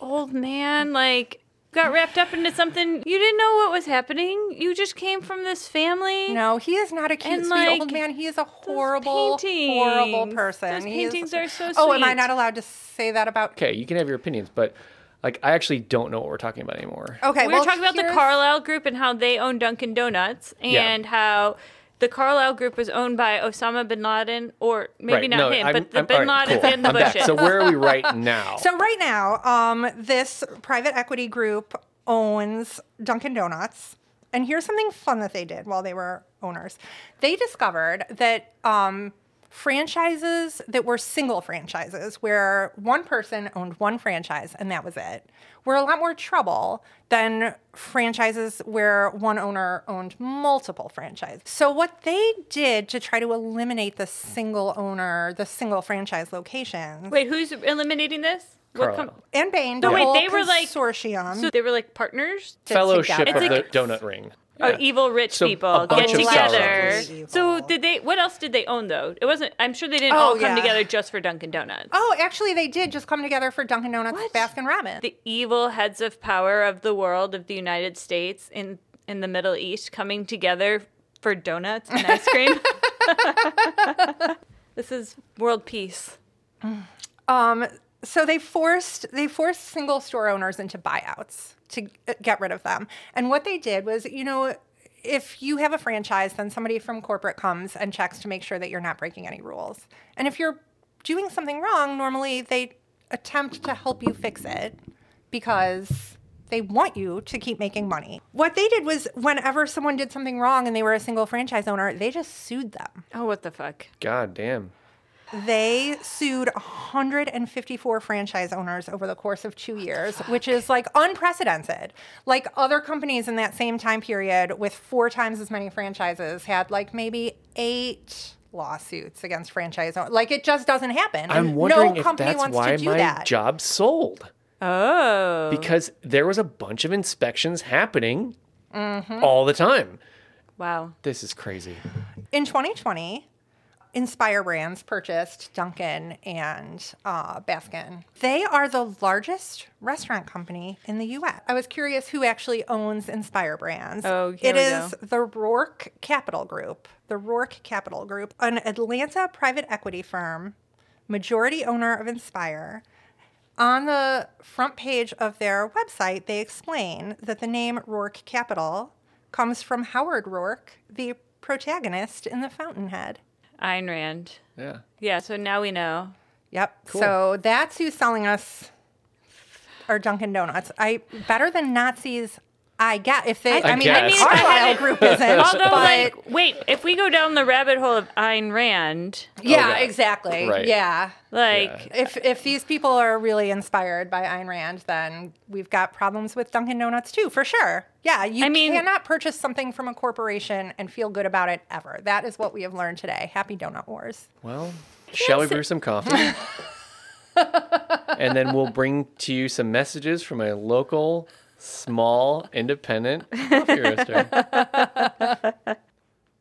old man, like got wrapped up into something. You didn't know what was happening. You just came from this family.
No, he is not a cute,
And,
sweet
like,
old man. He is a
Those
horrible, horrible
paintings.
person.
Those
He is-
paintings are so sweet.
Oh, am I not allowed to say that about?
Okay, you can have your opinions, but like, I actually don't know what we're talking about anymore.
Okay,
we were
well,
talking about the
here's-
Carlisle Group and how they own Dunkin' Donuts and how the Carlisle Group was owned by Osama bin Laden, or maybe
right,
not
no,
him,
I'm,
but the
I'm-
bin
all right,
Ladens
cool.
and the
I'm
Bushes.
Back. So where are we right now?
So right now, um, this private equity group owns Dunkin' Donuts, and here's something fun that they did while they were owners. They discovered that um, franchises that were single franchises, where one person owned one franchise and that was it, were a lot more trouble than franchises where one owner owned multiple franchises. So what they did to try to eliminate the single owner, the single franchise locations
Wait, who's eliminating this? What
Carlisle.
and Bain.
No,
the
wait,
whole
they were, like-
consortium.
so they were like partners?
Fellowship
together.
of the
It's
donut ring.
Or
Yeah.
evil rich
So a
people get
bunch
of
together.
Saurons. Evil.
So did they? What else did they own though? It wasn't. I'm sure they didn't
Oh,
all come
yeah.
together just for Dunkin' Donuts.
oh, actually, they did just come together for Dunkin' Donuts, Baskin Robbins.
the evil heads of power of the world of the United States in in the Middle East coming together for donuts and ice cream. this is world peace.
um, so they forced they forced single store owners into buyouts to g- get rid of them. And what they did was, you know. If you have a franchise, then somebody from corporate comes and checks to make sure that you're not breaking any rules. And if you're doing something wrong, normally they attempt to help you fix it because they want you to keep making money. What they did was whenever someone did something wrong and they were a single franchise owner, they just sued them.
Oh, what the fuck?
God damn.
They sued 154 franchise owners over the course of two years, which is like unprecedented. Like other companies in that same time period with four times as many franchises had like maybe eight lawsuits against franchise owners. Like it just doesn't happen.
I'm
And
wondering
no
if
company
that's
wants
why
to do
my
that.
job sold.
Oh,
because there was a bunch of inspections happening
Mm-hmm.
all the time.
wow.
This is crazy.
In 2020, Inspire Brands purchased Dunkin' and uh, Baskin. They are the largest restaurant company in the U.S. I was curious who actually owns Inspire Brands.
Oh, here
it
we
is
go.
the Rourke Capital Group. The Rourke Capital Group, an Atlanta private equity firm, majority owner of Inspire. On the front page of their website, they explain that the name Rourke Capital comes from Howard Rourke, the protagonist in The Fountainhead.
Ayn Rand.
Yeah.
Yeah. So now we know.
Yep. So that's who's selling us our Dunkin' Donuts. I better than Nazis. I get if they. I,
I
mean, I
guess.
Carlisle Group isn't.
Although,
but
like, wait, if we go down the rabbit hole of Ayn Rand,
yeah,
Okay.
exactly.
Right.
Yeah.
like,
If if these people are really inspired by Ayn Rand, then we've got problems with Dunkin' Donuts too, for sure. Yeah, you
I mean-
cannot purchase something from a corporation and feel good about it ever. That is what we have learned today. Happy donut wars.
Well, shall we brew some coffee? and then we'll bring to you some messages from a local, small, independent coffee roaster.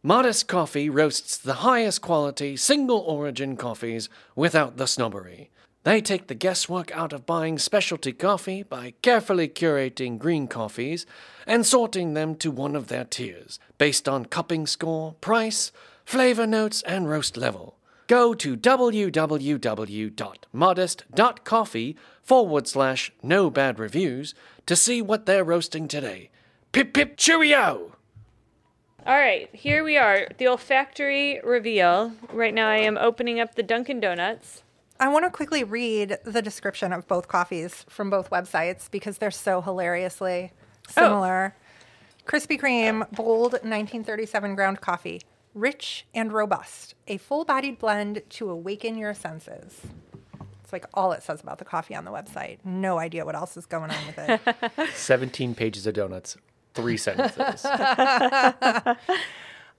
Modest Coffee roasts the highest quality, single origin coffees without the snobbery. They take the guesswork out of buying specialty coffee by carefully curating green coffees and sorting them to one of their tiers based on cupping score, price, flavor notes, and roast level. Go to www.modest.coffee forward slash no bad reviews to see what they're roasting today. Pip pip cheerio!
All right, here we are, the olfactory reveal. Right now, I am opening up the Dunkin' Donuts.
I want to quickly read the description of both coffees from both websites because they're so hilariously similar. Krispy Kreme, bold 1937 ground coffee, rich and robust, a full bodied blend to awaken your senses. It's like all it says about the coffee on the website. No idea what else is going on with it.
17 pages of donuts, three sentences.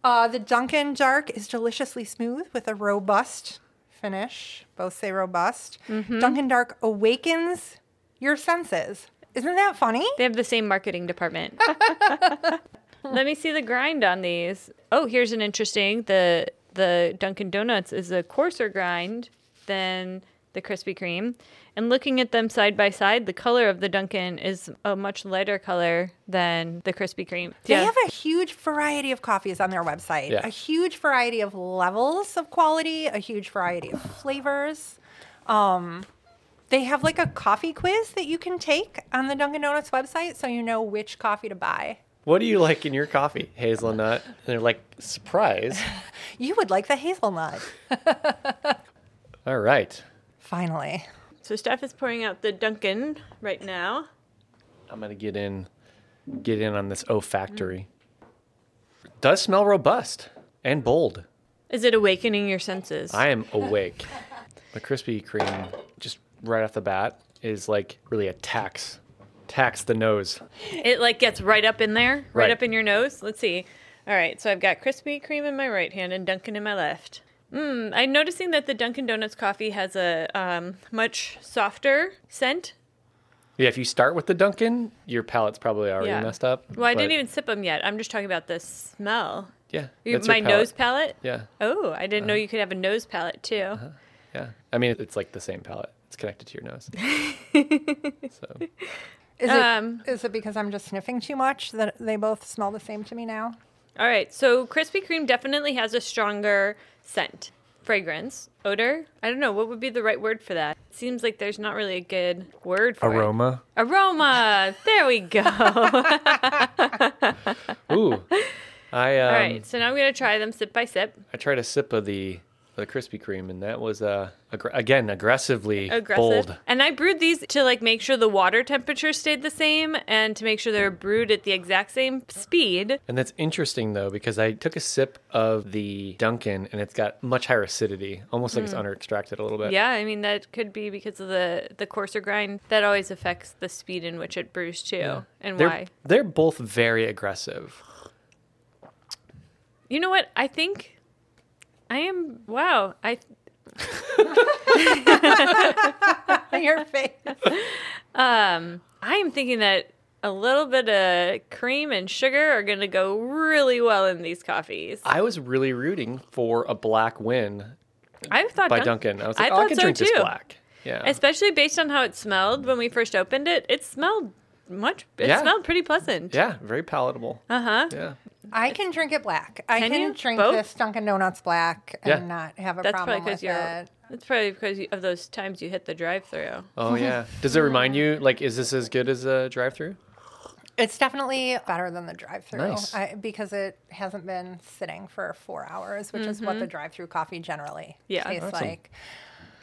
Uh, the Dunkin' Dark is deliciously smooth with a robust finish. Both say robust. Dunkin' Dark awakens your senses. Isn't that funny?
They have the same marketing department. Let me see the grind on these. Oh, here's an interesting. The the Dunkin' Donuts is a coarser grind than the Krispy Kreme. And looking at them side by side, the color of the Dunkin' is a much lighter color than the Krispy Kreme.
They have a huge variety of coffees on their website,
Yeah.
a huge variety of levels of quality, a huge variety of flavors. Um, they have like a coffee quiz that you can take on the Dunkin' Donuts website so you know which coffee to buy.
what do you like in your coffee? Hazelnut. And they're like, surprise.
You would like the hazelnut.
All right.
Finally.
so Steph is pouring out the Dunkin' right now.
I'm gonna get in, get in on this olfactory. Does smell robust and bold.
Is it awakening your senses?
I am awake. The Krispy Kreme, just right off the bat, is like really a tax, tax the nose.
It like gets right up in there, right,
Right.
up in your nose. Let's see. All right, so I've got Krispy Kreme in my right hand and Dunkin' in my left. Mm, I'm noticing that the Dunkin' Donuts coffee has a um, much softer scent.
Yeah, if you start with the Dunkin', your palate's probably already
Yeah.
messed up.
Well, I
but
didn't even sip them yet. I'm just talking about the smell.
Yeah,
You-
that's your
my
palate. Uh-huh.
nose palette.
Yeah,
Oh, I didn't know you could have a nose palette too.
yeah. I mean, it's like the same palate. It's connected to your nose. so
Is,
Um,
it, is it because I'm just sniffing too much that they both smell the same to me now?
All right, so Krispy Kreme definitely has a stronger scent, fragrance, odor. I don't know what would be the right word for that. Seems like there's not really a good word for it.
aroma.
Aroma. There we go. All
Ooh, I. Um,
right. So now I'm gonna try them sip by sip.
I tried a sip of the the Krispy Kreme, and that was uh aggr- again aggressively
Aggressive.
bold.
And I brewed these to like make sure the water temperature stayed the same and to make sure they were brewed at the exact same speed.
And that's interesting though because I took a sip of the Dunkin' and it's got much higher acidity, almost like it's under extracted a little bit.
Mm. Yeah, I mean that could be because of the the coarser grind. That always affects the speed in which it brews too, and
They're,
why.
they're both very aggressive.
You know what? I think I am. Wow. I
Your face.
Um, I am thinking that a little bit of cream and sugar are going to go really well in these coffees.
I was really rooting for a black win
I thought
by
Dunk-
Dunkin'. I was like,
I
oh, I
thought
can
so,
drink this
too.
black. Yeah.
especially based on how it smelled when we first opened it. It smelled much. It
Yeah.
smelled pretty pleasant.
yeah, very palatable.
Uh huh.
Yeah.
I can drink it black. I
Can
can,
you?
drink
Both?
this Dunkin' Donuts black and
Yeah.
not have a
That's probably
problem
because
with
you're.
it.
That's probably because of those times you hit the drive-through.
Oh yeah. Does it remind you like is this as good as a drive-through?
It's definitely better than the drive-through
Nice.
I, because it hasn't been sitting for four hours, which is what the drive-through coffee generally
Yeah.
tastes
Awesome.
like.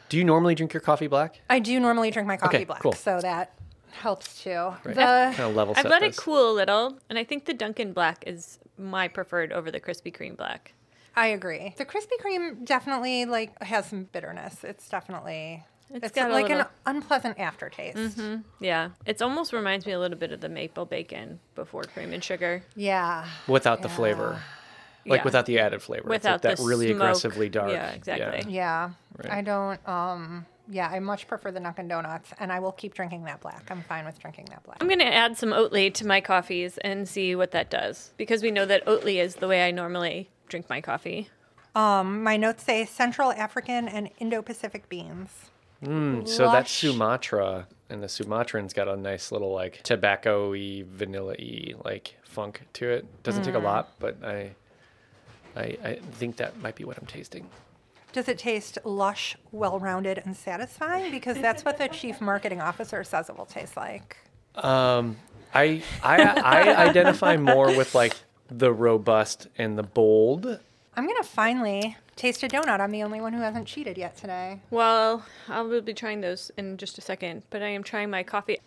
Do you normally drink your coffee black?
I do normally drink my coffee
Okay,
black,
cool.
so that helps too.
Kind
The,
of level
I've
set
let
this.
it cool a little, and I think the Dunkin' Black is my preferred over the Krispy Kreme Black.
I agree. The Krispy Kreme definitely like has some bitterness. It's definitely it's,
It's got a
like an
little-
unpleasant aftertaste.
Yeah, it almost reminds me a little bit of the maple bacon before cream and sugar.
Yeah.
without the flavor, like
Yeah.
without the added flavor.
Without
it's like that
the
really
smoke.
aggressively dark.
Yeah, exactly.
Yeah.
Right.
I don't um yeah, I much prefer the Dunkin' Donuts and I will keep drinking that black. I'm fine with drinking that black.
I'm going to add some Oatly to my coffees and see what that does because we know that Oatly is the way I normally drink my coffee.
Um my notes say Central African and Indo-Pacific beans.
Mm, so that's
lush.
Sumatra, and the Sumatrans got a nice little like tobacco-y, vanilla-y like funk to it. Doesn't
Mm.
take a lot, but I, I, I think that might be what I'm tasting.
Does it taste lush, well rounded, and satisfying? Because that's what the chief marketing officer says it will taste like.
Um, I I I identify more with like the robust and the bold.
I'm going to finally taste a donut. I'm the only one who hasn't cheated yet today.
Well, I will be trying those in just a second, but I am trying my coffee.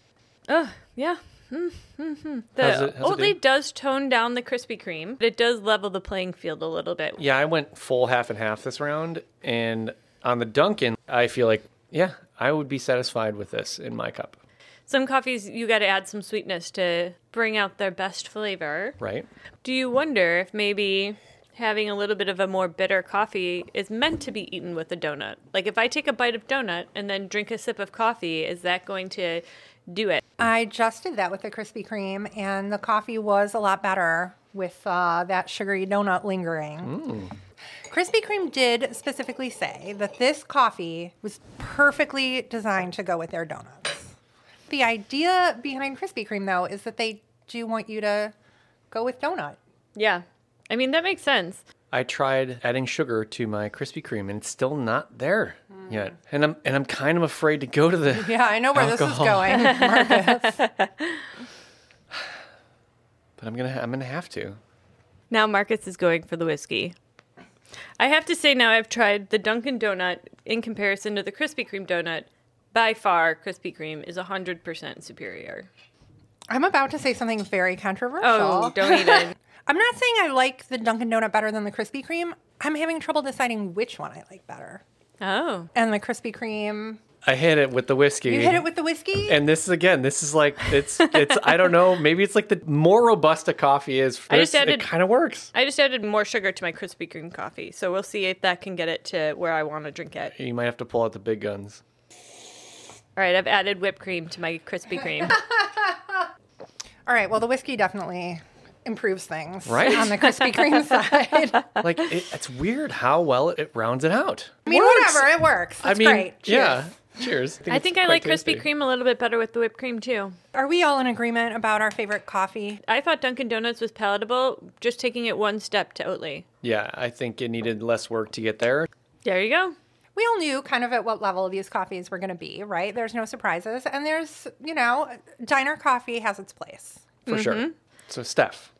Oh, yeah. Mm-hmm. The
How's it- how's it
oat
been?
leaf does tone down the Krispy Kreme, but it does level the playing field a little bit.
Yeah, I went full half and half this round, and on the Duncan, I feel like yeah, I would be satisfied with this in my cup,
Some coffees, you got to add some sweetness to bring out their best flavor.
right?
Do you wonder if maybe having a little bit of a more bitter coffee is meant to be eaten with a donut? Like if I take a bite of donut and then drink a sip of coffee, is that going to do it?
I just did that with the Krispy Kreme, and the coffee was a lot better with uh, that sugary donut lingering. Krispy Kreme did specifically say that this coffee was perfectly designed to go with their donuts. The idea behind Krispy Kreme, though, is that they do want you to go with donut.
Yeah. I mean, that makes sense.
I tried adding sugar to my Krispy Kreme, and it's still not there yet. And I'm and I'm kind of afraid to go to the.
Hmm. Yeah, I know where
Alcohol.
this is going.
But I'm gonna I'm gonna have to.
Now Marcus is going for the whiskey. I have to say now I've tried the Dunkin' Donut in comparison to the Krispy Kreme donut. By far, Krispy Kreme is 100% superior.
I'm about to say something very controversial.
Oh, don't even.
I'm not saying I like the Dunkin' Donut better than the Krispy Kreme. I'm having trouble deciding which one I like better.
Oh.
And the Krispy Kreme.
I hit it with the whiskey.
You hit it with the whiskey?
And this is again, this is like it's it's I don't know, maybe it's like the more robust a coffee is.
I just
this,
added-
it kind of works.
I just added more sugar to my Krispy Kreme coffee, so we'll see if that can get it to where I want to drink it.
You might have to pull out the big guns.
All right, I've added whipped cream to my Krispy Kreme.
All right, well, the whiskey definitely improves things
Right?
on the Krispy Kreme side. I
Like it, it's weird how well it rounds it out.
mean,
Works.
whatever, it works.
I
It's
mean,
great. Cheers.
yeah. Cheers.
I
it's
think I
quite
like
tasty.
Krispy Kreme a little bit better with the whipped cream too.
Are we all in agreement about our favorite coffee?
I thought Dunkin' Donuts was palatable, just taking it one step to Oatly.
Yeah, I think it needed less work to get there.
There you go.
We all knew kind of at what level these coffees were going to be, right? There's no surprises. And there's, you know, diner coffee has its place.
For
Mm-hmm.
sure. So Steph,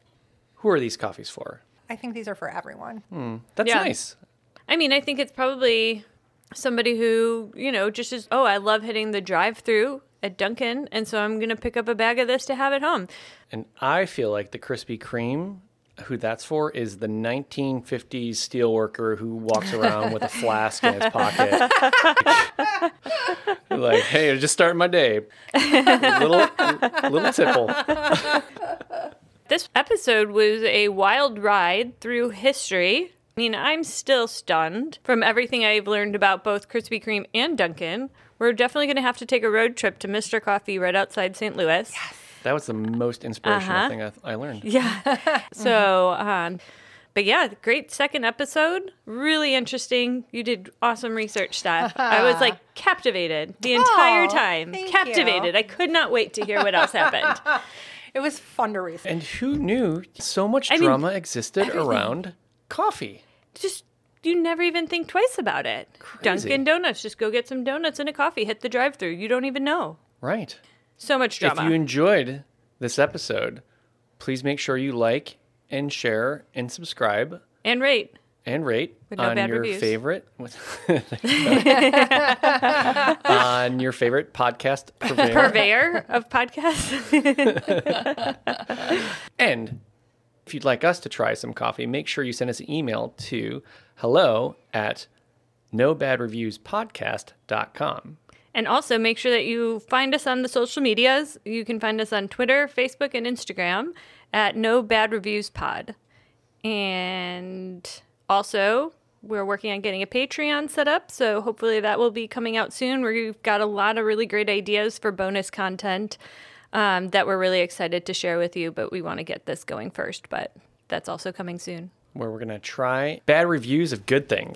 who are these coffees for?
I think these are for everyone.
That's
Yeah.
nice.
I mean, I think it's probably somebody who, you know, just is, oh, I love hitting the drive through at Dunkin', and so I'm going to pick up a bag of this to have at home.
And I feel like the Krispy Kreme, who that's for, is the 1950s steelworker who walks around with a flask in his pocket. like, hey, just starting my day. little, little tipple.
This episode was a wild ride through history. I mean, I'm still stunned from everything I've learned about both Krispy Kreme and Dunkin'. We're definitely going to have to take a road trip to Mr. Coffee right outside St. Louis.
That was the most inspirational
Uh-huh.
thing I, I learned.
Yeah. so,
Mm-hmm.
um, but yeah, great second episode. Really interesting. You did awesome research, Steph. I was like captivated the entire
Aw,
time.
thank
Captivated.
you.
I could not wait to hear what else happened.
It was fun to research.
And who knew so much
I mean,
drama existed around coffee?
Just you never even think twice about it. Dunkin' Donuts. Just go get some donuts and a coffee. Hit the drive-through. You don't even know.
Right.
So much drama.
If you enjoyed this episode, please make sure you like and share and subscribe
and rate.
and rate
no
on
bad
your
reviews.
favorite on your favorite podcast purveyor.
Purveyor of podcasts.
And if you'd like us to try some coffee, make sure you send us an email to hello at nobadreviewspodcast.com.
And also make sure that you find us on the social medias. You can find us on Twitter, Facebook, and Instagram at No Bad Reviews Pod. And also, we're working on getting a Patreon set up. So hopefully that will be coming out soon. We've got a lot of really great ideas for bonus content um, that we're really excited to share with you. But we want to get this going first. But that's also coming soon.
where we're gonna try bad reviews of good things.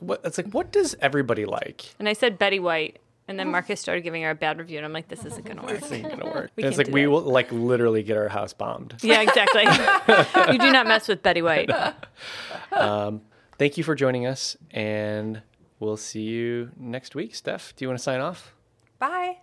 what, it's like, what does everybody like?
And I said Betty White, and then Marcus started giving her a bad review, and I'm like, this isn't gonna work.
This ain't gonna work.
We
And it's like
can't do
we
that.
will like literally get our house bombed.
yeah, exactly. you do not mess with Betty White.
Thank you for joining us, and we'll see you next week. Steph, do you want to sign off?
Bye.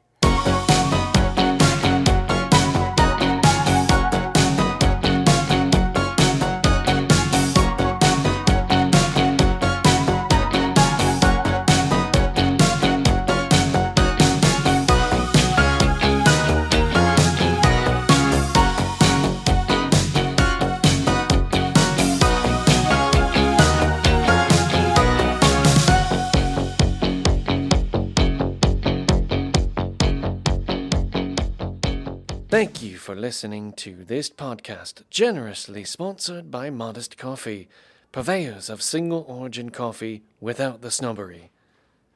Thank you for listening to this podcast, generously sponsored by Modest Coffee, purveyors of single origin coffee without the snobbery.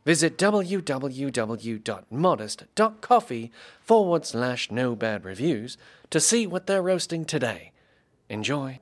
Visit www.modest.coffee forward slash no bad reviews to see what they're roasting today. Enjoy.